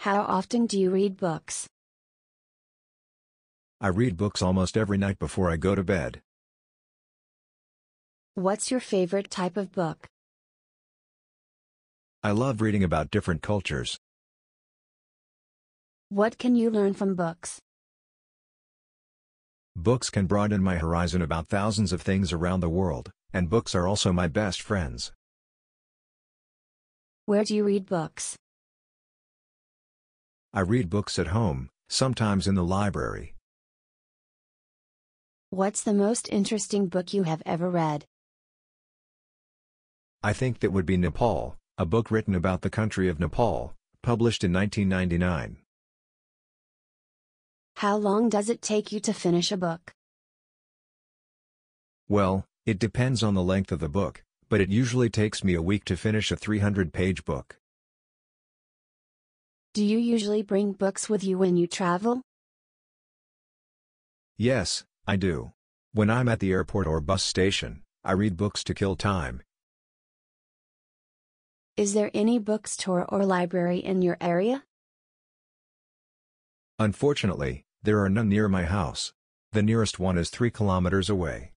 How often do you read books? I read books almost every night before I go to bed. What's your favorite type of book? I love reading about different cultures. What can you learn from books? Books can broaden my horizon about thousands of things around the world, and books are also my best friends. Where do you read books? I read books at home, sometimes in the library. What's the most interesting book you have ever read? I think that would be Nepal, a book written about the country of Nepal, published in 1999. How long does it take you to finish a book? Well, it depends on the length of the book, but it usually takes me a week to finish a 300 page book. Do you usually bring books with you when you travel? Yes, I do. When I'm at the airport or bus station, I read books to kill time. Is there any bookstore or library in your area? Unfortunately, there are none near my house. The nearest one is 3 kilometers away.